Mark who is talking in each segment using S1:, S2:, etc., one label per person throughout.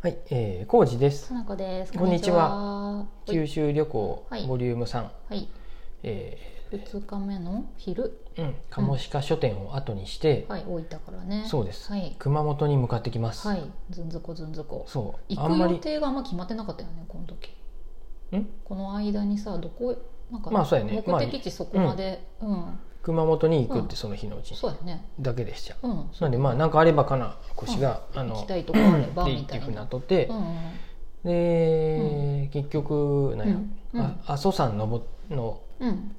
S1: はい、えー、康二です。
S2: 花子です。
S1: こんにちは
S2: こん
S1: 九
S2: にち
S1: 州旅行、
S2: はい
S1: ボリューム3、
S2: は。はい。
S1: え
S2: 二日目の昼。
S1: ーうん、鴨鹿書店を後にして、
S2: はい、大分からね。
S1: そうです、
S2: はい。
S1: 熊本に向かってきます。
S2: はい。ずんずこずんずこ。
S1: そう、あ
S2: 行
S1: ん
S2: く
S1: ま
S2: 予
S1: り、
S2: 定があんま決まってなかったよね、この時。
S1: ん
S2: この間にさ、どこへ。なんか。
S1: まあそうやねまあ
S2: 目的地そこまで。うん。
S1: 熊本に行くっ
S2: う
S1: て
S2: ん
S1: その日のうちに
S2: そうやね。
S1: だけでした。
S2: うん。
S1: なんでまあなんかあればかな腰が、あ
S2: 行き
S1: の
S2: たいところあれ
S1: で
S2: ばみ
S1: って
S2: た
S1: いうふう
S2: い
S1: にな
S2: な
S1: っ。とって
S2: う、んうん。
S1: で、結局なんや、
S2: うん
S1: あ阿蘇山登の
S2: うん。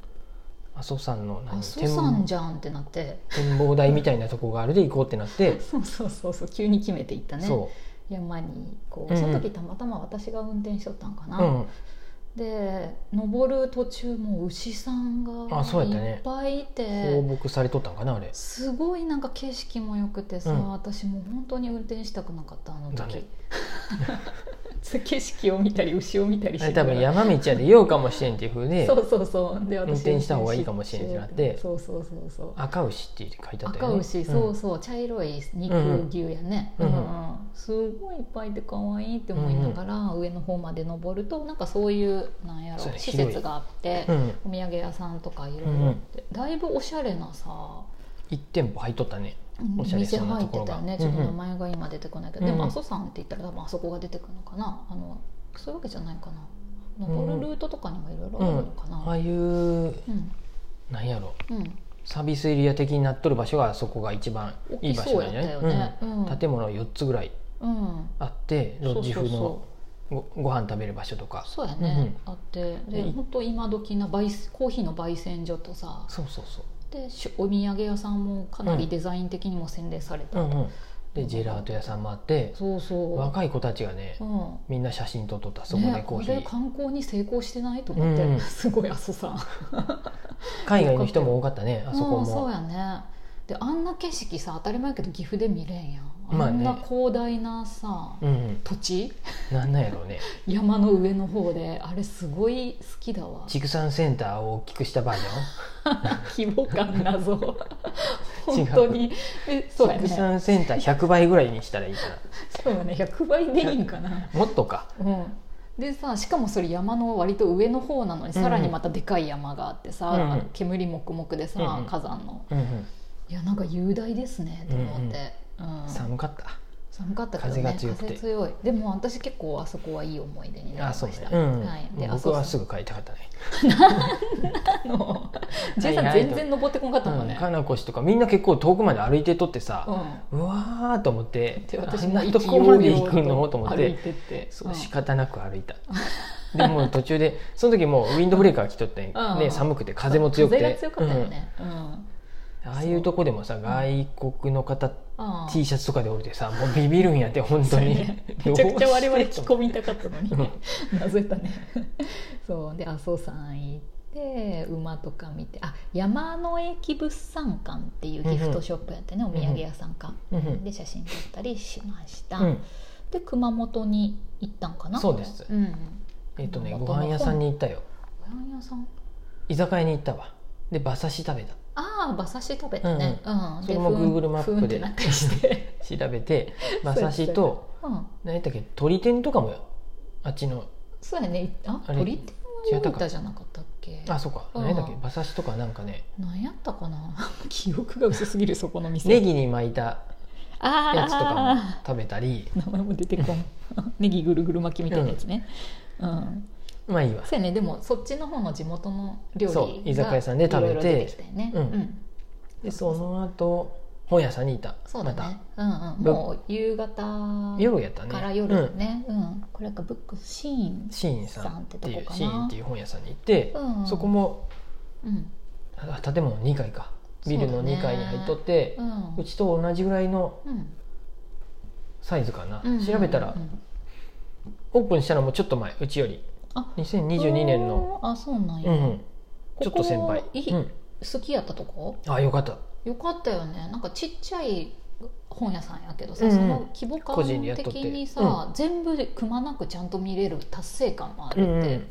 S1: 阿蘇山の何
S2: 阿蘇山じゃんってなって。
S1: 展展望台みたいなとこがあるで行こうってなって、
S2: そうそうそうそう、急に決めていったね。
S1: そ
S2: 山に。こ
S1: う
S2: う、
S1: んうん
S2: その時たまたま私が運転しとったんか
S1: う、
S2: な。
S1: うん、
S2: で登る途中もう牛さんが
S1: あそうやったね
S2: いっぱいいて、
S1: 放牧されとったんかなあれ。
S2: すごいなんか景色も良くてさ、
S1: うん
S2: 私もう本当に運転したくなかったあの
S1: だ
S2: 時
S1: ね
S2: 景色を見たり牛を見たりし
S1: あ
S2: て
S1: れ多分山道やでようかもしれんっていうふうで
S2: そうそうそうで私
S1: 運転した方がいいかもしれんってなって
S2: そうそうそうそう
S1: 赤牛って書いてあったよ
S2: 赤
S1: ね
S2: 牛、そうそう茶色い
S1: うんう
S2: 肉
S1: ん
S2: 牛やね、
S1: う
S2: うんん
S1: うん
S2: すごいいっぱいで可愛いって思いながら、上の方まで登るとなんかそういうなんや
S1: そう
S2: ろ
S1: や
S2: 施
S1: 広い
S2: 設があって、
S1: うん、うん、
S2: お土産屋さんとかいろいろあって、だいぶおしゃれなさ
S1: 1店舗入っとったねおしゃれ
S2: 店
S1: そうな
S2: 入
S1: と
S2: っ
S1: こ
S2: て
S1: ろ
S2: た
S1: が
S2: よね
S1: う
S2: ち
S1: んう
S2: ょ
S1: ん
S2: っと名前が今出てこないけど、
S1: うんうん
S2: でも阿蘇山って言ったら多分あそこが出てくるのかなあのそういうわけじゃないかな登るルートとかにもいろいろあるのか
S1: あ
S2: な
S1: あいう
S2: うん
S1: なんやろ
S2: うん、
S1: サービスエリア的になっとる場所がそこが一番
S2: 大
S1: いい
S2: き
S1: 場
S2: そ
S1: 所
S2: う
S1: な
S2: やっ
S1: ん
S2: た
S1: じゃない
S2: よね、うん
S1: うん、建物4つぐらい
S2: うん
S1: あってロッジ風のごご飯食べる場所とか
S2: そうやね、あってで
S1: でい
S2: 本当今時な焙煎コーヒーの焙煎所とさ
S1: そうそうそう
S2: でしお土産屋さんもかな
S1: う
S2: り
S1: ん
S2: デザイン的にも洗練され
S1: う
S2: た、
S1: んうんでジェラート屋さんもあって
S2: そうそ
S1: 若い子たちがね
S2: う、うん、
S1: みんな写真撮っとったそこで
S2: ね
S1: コーヒ
S2: これ
S1: ー
S2: 観光に成功してないと思って、
S1: うん
S2: すごい阿蘇さんあ
S1: 海外の人も多かったねあそこ
S2: そ
S1: も
S2: うやねであんな景色さ当たり前やけど岐阜で見れんやん
S1: まあ
S2: あ
S1: ね
S2: んな広大なさ、
S1: うんうん
S2: 土地
S1: なんなんやろうね
S2: 山の上の方であれすごい好きだわ
S1: 畜産センターを大きくしたバージ
S2: 規模感謎
S1: 違う
S2: 本当にえそう
S1: ョン、
S2: や
S1: 畜
S2: ね
S1: 産センター100倍ぐらいにしたらいいか
S2: そうやね100倍でいいんかな
S1: なもっとか
S2: うんでさしかもそれ山の割と上の方なのに
S1: うんうん
S2: さらにまたでかい山があってさ、
S1: うんうん
S2: あの煙もくもくでさ、
S1: うんうん
S2: 火山の
S1: うんうん
S2: いやなんか雄大ですねと思って、うん
S1: 寒かった
S2: 寒かったけど、ね、
S1: 風が強くて
S2: 風強いでも私結構あそこはいい思い出になり
S1: あ
S2: ま
S1: そう
S2: し
S1: ね
S2: た、、
S1: うん
S2: はい、で
S1: 僕はす
S2: ぐ
S1: ぐ帰りたかったね
S2: あ の J
S1: はい
S2: さ
S1: は
S2: ん
S1: い
S2: 全然登ってこんかったもん
S1: うん
S2: ね、
S1: 金越とかみんな結構遠くまで歩いてとって
S2: うん
S1: さ、うわーと思って
S2: で
S1: あ
S2: 私
S1: ん
S2: も
S1: な
S2: 意
S1: と
S2: 気
S1: こ
S2: 揚
S1: まで行
S2: 々
S1: くのと思っ
S2: 歩い
S1: て
S2: てって
S1: そう仕方なく歩いた、でもう途中でその時もうウィンドブレーカー着とって、
S2: うん
S1: ね、寒くて風も強くて
S2: 風が強かったよね、うん
S1: うんああいうとこでもさ外国の方
S2: ああ
S1: T シャツとかで降りてさもうビビるんやって本当に、
S2: めちゃくちゃ我
S1: ど
S2: 々引
S1: うし
S2: き
S1: て
S2: 込みたかったのに
S1: うん
S2: なぜだねそうで阿蘇山行って馬とか見てあ山の駅物産館っていうギフトショップやってね、お土産屋さんか、
S1: うんうん
S2: で写真撮ったりしました、
S1: うん
S2: で熊本に行ったんかな
S1: そうです
S2: うん、
S1: えっとね
S2: 熊
S1: ご
S2: 本の
S1: 飯屋さんに行ったよ
S2: ご飯屋さん
S1: 居酒屋に行ったわで馬刺し食べた
S2: ああ馬刺し食べてね、うん
S1: それも Google マップで
S2: ふんってなったりして、
S1: 調べ て馬刺しと
S2: うん、
S1: 何やったっけ鳥天とかもよあっちの
S2: そうやねあ
S1: あれ
S2: 鳥天は大分じゃなかったっけ
S1: あそうか
S2: うん
S1: 何やったっけ馬刺しとかなんかね
S2: 何やったかな 記憶が薄すぎるそこの店
S1: ネギに巻いた
S2: あー
S1: やつとかも食べたり
S2: 名前も出てこん ネギぐるぐる巻きみたいなやつねうん、
S1: まあいいわ
S2: そうやねでもそっちの方の地元の料理が
S1: そう居酒屋さんで食べて
S2: いろいろ出てきたよね
S1: う
S2: うんん、
S1: でその後本屋さんにいた
S2: そう
S1: ま
S2: だ
S1: た
S2: ね、うんうん、
S1: ぶ
S2: もう夕方
S1: 夜やったね
S2: から夜ね、うんこれかブックシーン
S1: うん、シーンさんってい
S2: さんって
S1: う
S2: とこかな
S1: シーンっていう本屋さんに行って、
S2: うん
S1: そこも
S2: うん
S1: あ建物2階かビル
S2: そ
S1: の
S2: うだね
S1: 2階に入っとってう,、
S2: うん
S1: ちと同じぐらいの
S2: うん
S1: サイズかな、
S2: うん
S1: 調べたら、
S2: うんうん
S1: オープンしたのもちょっと前うちより
S2: あ
S1: 2022年の、
S2: あそうなん
S1: う
S2: や、
S1: んうん、ちょっと先輩
S2: ここいい
S1: うん、
S2: 好きやったとこ
S1: あよかった
S2: よかったよねなんかちっちゃい本屋さんやけどさ、
S1: うんうん
S2: その規模
S1: 個人でやっ
S2: 感
S1: とっ
S2: 的
S1: て
S2: にさ、全部くまなくちゃんと見れる達成感もあ
S1: う
S2: る
S1: ん
S2: っ
S1: う
S2: て
S1: ん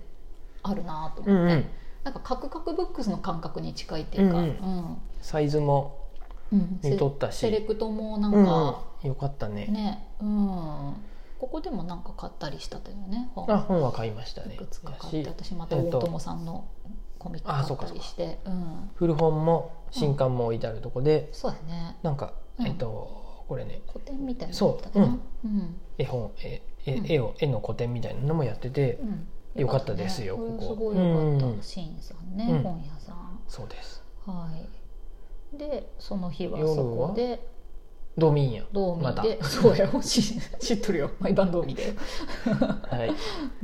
S2: あるなと思っ
S1: う
S2: て、
S1: んうん
S2: なんかカクカクブックスの感覚に近いっていうか、
S1: う
S2: うんん
S1: サイズも
S2: うん
S1: 見とったし
S2: セレクトもなん
S1: うん
S2: か、
S1: よかったね
S2: ね、うん、ここでもなんか買ったりしたというね本
S1: あ本は買いましたね
S2: いくつか買っ
S1: や
S2: て
S1: し
S2: 私また
S1: えっ
S2: 大
S1: と
S2: 友さんのコミッ
S1: あそ
S2: ク
S1: うか
S2: 買っ
S1: そ
S2: た
S1: うか
S2: りしてうん
S1: 古本も新刊も置いてあるとこで、
S2: そうだね
S1: なんか
S2: うん
S1: えっと、これね
S2: 古典みたいな
S1: そう
S2: だったかなうん
S1: 絵本ええ
S2: うん
S1: 絵を絵の古典みたいなのもやってて、
S2: うん
S1: よかったですよ
S2: ね
S1: ここ
S2: すごいよか
S1: う
S2: った
S1: ん
S2: シンさんね
S1: うん
S2: 本屋さん
S1: そうです
S2: はいでその日は
S1: 夜は
S2: そこで
S1: ドミーンや
S2: ドーミ
S1: ま
S2: ー
S1: た
S2: で、そうやろし知っとるよ毎晩ドーミーで
S1: はい、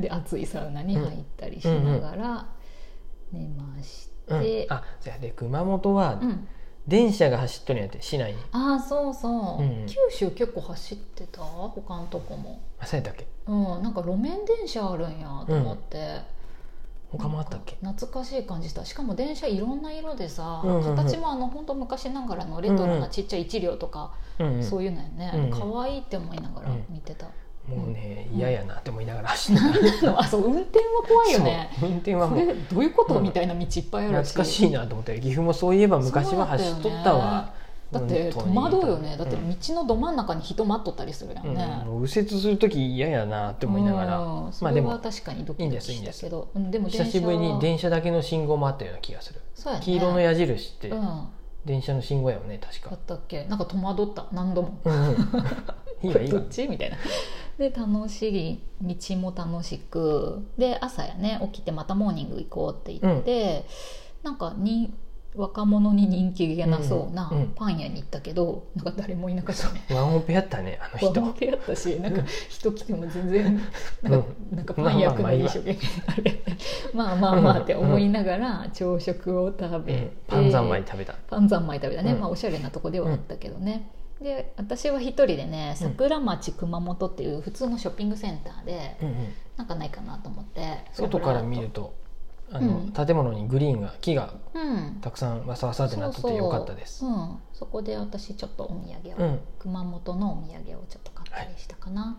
S2: で暑いサウナに入ったりしながら寝まし
S1: うん
S2: て、
S1: あじゃあで熊本は
S2: うん
S1: 電車が走っとるんやって市内に
S2: ああそうそう、
S1: うん
S2: 九州結構走ってた他のとこも
S1: あそうやったっけ
S2: うんなんか路面電車あるんやと思って、
S1: 他もあったっけ
S2: なんか懐かしい感じしたしかも電車いろんな色でさ、
S1: うんうんうん
S2: 形もあの本当昔ながらのレトロなちっちゃい一両とか、
S1: うんうん
S2: そういうのやね、
S1: うんうん
S2: 可愛いって思いながら見てた、
S1: もうね嫌やなって思いながら走ってた、
S2: なん、あそう運転は怖いよね
S1: そう運転は
S2: こ
S1: もう
S2: れどういうこと、
S1: うん
S2: みたいな道いっぱいある
S1: 懐かしいなと思って岐阜もそういえば昔は走っとったわ
S2: だって戸
S1: 本当
S2: 惑
S1: に
S2: うよねだって
S1: う
S2: 道
S1: ん
S2: のど真ん中に人待っとったりするやんね、
S1: うんもう右折する時嫌やなって思いながら
S2: うんそ
S1: まあ
S2: れ
S1: でも
S2: は確かにドキドキ
S1: いいん
S2: し
S1: で
S2: た
S1: すい
S2: けどうんでも電
S1: 久
S2: 車は
S1: しぶりに電車だけの信号もあったような気がする
S2: そうやね
S1: 黄色の矢印って
S2: うんだ
S1: 電車の信号やよね確か
S2: ったっけなんか戸惑った何度も
S1: うんうんいいわいい
S2: ど
S1: わ
S2: っちみたいな で楽しい道も楽しくで朝やね起きてまたモーニング行こうって言って、なんかに若者に人気げなそうな
S1: うんうん
S2: パン屋に行ったけど、なんか誰もいなかったね
S1: ワンオペやったねあの
S2: 人
S1: 人
S2: 分けやったしなんか人来ても全然
S1: うん
S2: なんか,、なんかパン焼くのに一生懸命あれまあ まあまあって思いながら朝食を食べ
S1: う
S2: て、
S1: んパン三昧食べた
S2: パン三昧食べたね、
S1: うん
S2: まあおしゃれなとこではあったけどね、で私は一人でね桜町熊本っていう普通のショッピングセンターで
S1: うんうん
S2: なんかないかなと思って
S1: 外から見るとあ
S2: う
S1: の
S2: ん
S1: 建物にグリーンが木が
S2: うん
S1: たくさんわさわさってなっててよかったです
S2: そうそううん、そこで私ちょっとお土
S1: う
S2: 産を、
S1: ん
S2: 熊本のお土産をちょっと買ったりしたかな、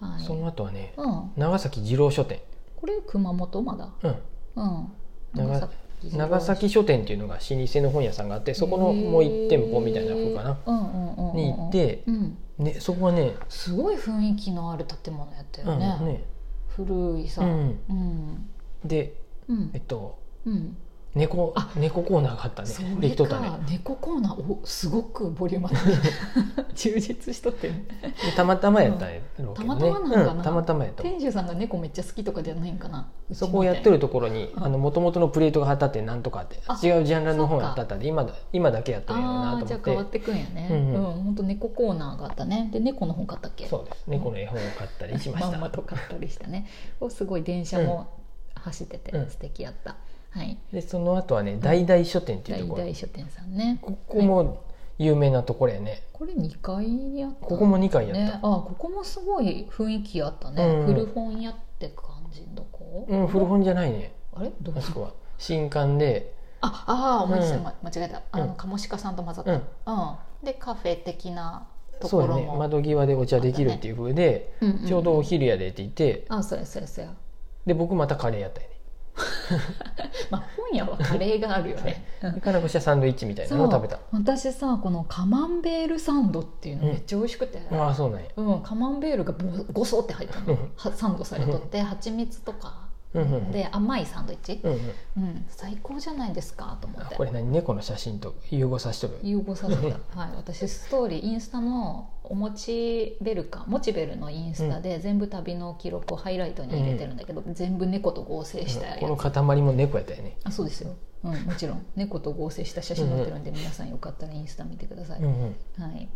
S2: はい
S1: その後はね
S2: うん、
S1: 長崎二郎書店
S2: これ熊本まだ
S1: うん
S2: うん
S1: 長長崎書店っていうのが老舗の本屋さんがあってそこのもう1店舗みたいな方かな、
S2: うんうんうんうんうん
S1: に行って
S2: うん、
S1: ね、そこはね,、
S2: すごい雰囲気のある建物やった
S1: う
S2: よ
S1: ん
S2: ね,、
S1: ね
S2: 古いさ、
S1: う
S2: うん
S1: ん、
S2: うん
S1: で
S2: うん
S1: えっと
S2: うん
S1: 猫
S2: あ
S1: 猫コーナーがあったね
S2: そ
S1: で
S2: れ
S1: きとったね
S2: か猫コーナーおすごくボリュームあってね 充実しとってね
S1: でたまたまやったんやろうけどね、
S2: たまたまなんかな
S1: うんたまたまやった
S2: 店主さんが猫めっちゃ好きとかじゃないんかな
S1: そこをやってる
S2: と
S1: ところに
S2: うん
S1: もともとのプレートが貼ったってなんとかって
S2: あ
S1: 違うジャンルの本やったったで今だ今だけやったんやろう
S2: あ
S1: な
S2: あー
S1: と
S2: じゃ
S1: 思
S2: あ
S1: って
S2: 変わってくんやね
S1: うんうん
S2: うん、ほんと猫コーナーがあったねで猫の本買ったっけ
S1: そうです猫の絵本を買ったりしまし
S2: ま
S1: た
S2: んまと買ったりしたねおすごい電車も走ってて
S1: うん
S2: 素敵やった、はい
S1: でその後はね大々書店っていうと
S2: 大
S1: ころ
S2: 々書店さんね
S1: ここも有名なところやね
S2: これ2階にあった
S1: ここも2回やった、
S2: ねあここもすごい雰囲気あったね、
S1: うん
S2: 古本屋って感じのとこ、
S1: うん、古本じゃないね、
S2: あれどう
S1: あそこは。新刊で、
S2: ああー思い出した、
S1: うん
S2: ま間違えたあの
S1: うん
S2: カモシカさんと混ざった、
S1: う
S2: うん
S1: ん、
S2: でカフェ的なと
S1: そ
S2: こ
S1: うや
S2: ろ
S1: ね、
S2: も、
S1: 窓際でお茶できるっていう風で、
S2: うんうん
S1: ちょうどお昼やでって言って、
S2: あそうやそうやそうや
S1: で、僕またカレーやったよね。
S2: まあ本屋はカレーがあるよね、うん
S1: で、かなこしはサンドイッチみたいな
S2: そ
S1: の
S2: う
S1: を食べた。
S2: 私さこのカマンベールサンドっていうのめっちゃ美味しくて、
S1: ああ、そうなんや。
S2: うんカマンベールがぼごそって入った
S1: う
S2: の、
S1: ん
S2: はサンドされとって蜂蜜とか
S1: うんうん
S2: で甘いサンドイッチ、
S1: うんうん、
S2: うん、最高じゃないですかと思っ
S1: あ
S2: て
S1: これ何猫の写真と融合させとる
S2: 融合さ せた、はい、私ストーリーインスタのおもちベルかもちベルのインスタで全部旅の記録をハイライトに入れてるんだけど、全部猫と合成したやつ、
S1: この塊も猫やったよね、
S2: あそうですよ、うん、もちろん猫と合成した写真載ってるんで、皆さんよかったらインスタ見てください、
S1: うんうん、
S2: はい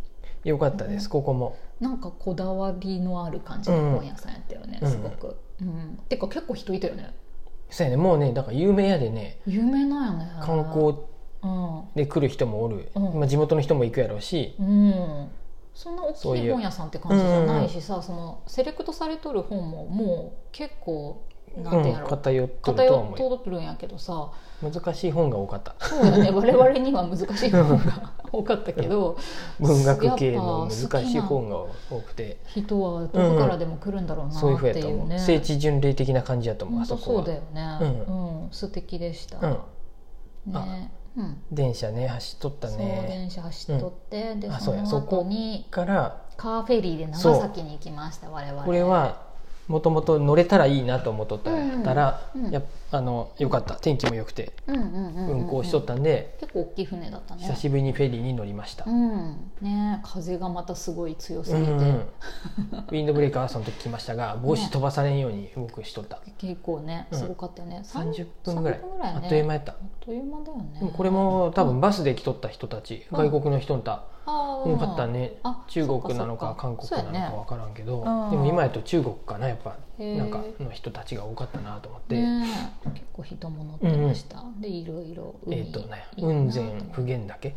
S1: よかったです、ここも
S2: なんかこだわりのある感じの本屋さんやったよね、
S1: うん
S2: すごく、うん、てか結構人いたよね
S1: そうやねもうねだから有名やでね
S2: 有名なんやね
S1: 観光
S2: うん
S1: で来る人もおる、
S2: うん
S1: まあ、地元の人も行くやろうし、
S2: うんそんな大
S1: そう
S2: き
S1: い
S2: いう本屋さんって感じじゃないしさ、そのセレクトされとる本ももう結構
S1: う
S2: なんていうんや
S1: ん、
S2: ろ、
S1: 偏っとるとは
S2: 偏
S1: 思
S2: っ
S1: うよ
S2: とるんやけどさ
S1: 難しい本が多かった
S2: そうやね 我々には難しい本が多かったけど
S1: 文学系の難しい本が多くて
S2: 人はどこからでも来るんだろうな
S1: そういうふうや
S2: って
S1: と
S2: い
S1: 思
S2: う
S1: う、
S2: ね
S1: 聖地巡礼的な感じやと思う
S2: 本
S1: あ
S2: 当
S1: そ
S2: そ
S1: こ
S2: うだよ
S1: は、
S2: ね、う
S1: うん
S2: 素敵でした、
S1: うん、あ
S2: ね、うん、
S1: 電車ね走っとった
S2: そう
S1: ね
S2: 電車走っとって、で
S1: あ
S2: そ
S1: そうや
S2: の
S1: そこ
S2: 後に
S1: から
S2: カーフェリーで長崎に行きました我々
S1: これはもともと乗れたらいいなと思っとったら、
S2: うんうん
S1: やっあのよかった天気も良くて
S2: うんうんうんうんうん
S1: 運航しとったんで、
S2: 結構大きい船だったね
S1: 久しぶりにフェリーに乗りました、
S2: うんね風がまたすごい強
S1: う
S2: すぎ
S1: ん
S2: て、
S1: うんウィンドブレーカーはその時来ましたが帽子飛ばされんように動くしとった、
S2: 結構ね
S1: うん
S2: すごかったよね、三
S1: 30分ぐらい
S2: 30分ぐらいね
S1: あっという間やった、
S2: あっという間だよね
S1: でもこれも多分バスで来とった人たち、
S2: うん
S1: 外国の人た
S2: あー
S1: 多かったね、
S2: あ
S1: 中国なの
S2: そ
S1: か
S2: っ
S1: 韓国
S2: そう
S1: なの
S2: やね
S1: か分からんけど、
S2: うん
S1: でも今やと中国かなやっぱ
S2: へー
S1: なんかの人たちが多かったなと思って、
S2: ねえ結構人も乗ってました、でいろいろ
S1: え
S2: 海
S1: っ、とね
S2: いいな
S1: 雲仙普賢岳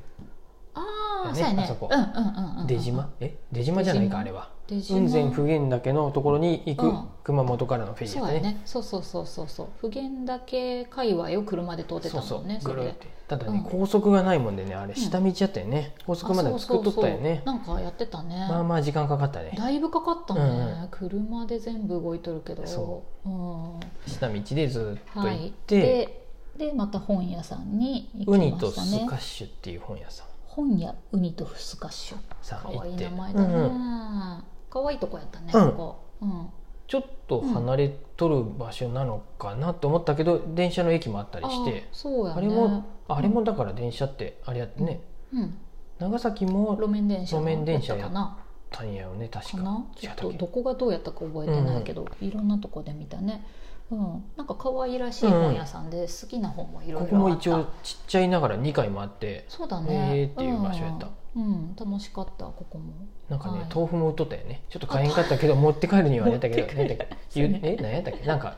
S2: ああ、
S1: ね
S2: そうやね
S1: あそこ
S2: うんうんうんうんうん
S1: 出島え出島じゃないかあれは
S2: 出島
S1: 雲仙普賢岳のところに行く、
S2: うん
S1: 熊本からのフェリー
S2: そ
S1: だ
S2: う
S1: ね
S2: やねそうそうそうそうそう普賢岳界隈を車で通って
S1: そ
S2: た
S1: うそ
S2: も
S1: うん
S2: ね
S1: ぐ
S2: れ
S1: るってただね、
S2: うん
S1: 高速がないもんでねあれ
S2: ん
S1: 下道やったよね、高速まで
S2: あ
S1: 作っとったよね
S2: そうそうそうなんかやってたね、
S1: まあまあ時間かかったね
S2: だいぶかかったね、
S1: うんう
S2: 車で全部動いとるけど、
S1: そう
S2: ん、は
S1: 下道でずっと行っ
S2: い
S1: て、
S2: ででまた本屋さんに行
S1: ウ
S2: き
S1: ニ
S2: ま
S1: と
S2: した
S1: ス
S2: ね
S1: カッシュっていう本屋さん
S2: 本屋ウニとフスカッシュ
S1: さ
S2: か
S1: ん行
S2: わい
S1: っ
S2: い
S1: て
S2: 名前だね、
S1: う
S2: 可
S1: んう
S2: 愛
S1: ん
S2: かわいいとこやったね、
S1: うん
S2: ここ、うん、
S1: ちょっと離れとる場所なのかなと思ったけど、電車の駅もあったりして
S2: あそうや
S1: あ,、
S2: ね
S1: れもあれもだから電車ってあれやってね、
S2: うん、
S1: 長崎も
S2: 路面電車
S1: 路面電車
S2: だ
S1: や
S2: ったかな
S1: タイヤをね確
S2: か
S1: か
S2: な
S1: 違
S2: ちょ
S1: っ
S2: ったと
S1: っけ
S2: どこがどうやったか覚えてないけど、いろんなとこで見たね、うん、なんか可愛らしい本屋さんで好きな本もいろ
S1: こ
S2: い
S1: こ
S2: ろ
S1: も
S2: あった
S1: 一応ちっちゃいながら2回もあって
S2: そうだね
S1: へーっていう場所やった
S2: うん、うん楽しかったここも
S1: なんかね、
S2: はい
S1: 豆腐も売っとったよねちょっと買えんかったけど持って帰るにはあれやったけど
S2: 持って帰る
S1: 何やったっけゆえ何やったっ けなんか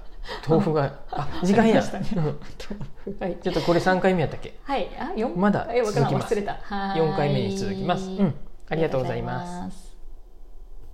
S1: 豆腐があ時間や、
S2: ありましたね
S1: うん
S2: はい
S1: ちょっとこれ3回目やったっけ
S2: はいあ四
S1: まだ
S2: えわから
S1: 続
S2: ん
S1: きます
S2: 忘れたはーい
S1: 4回目に続きます、うん、ありがとうございます
S2: す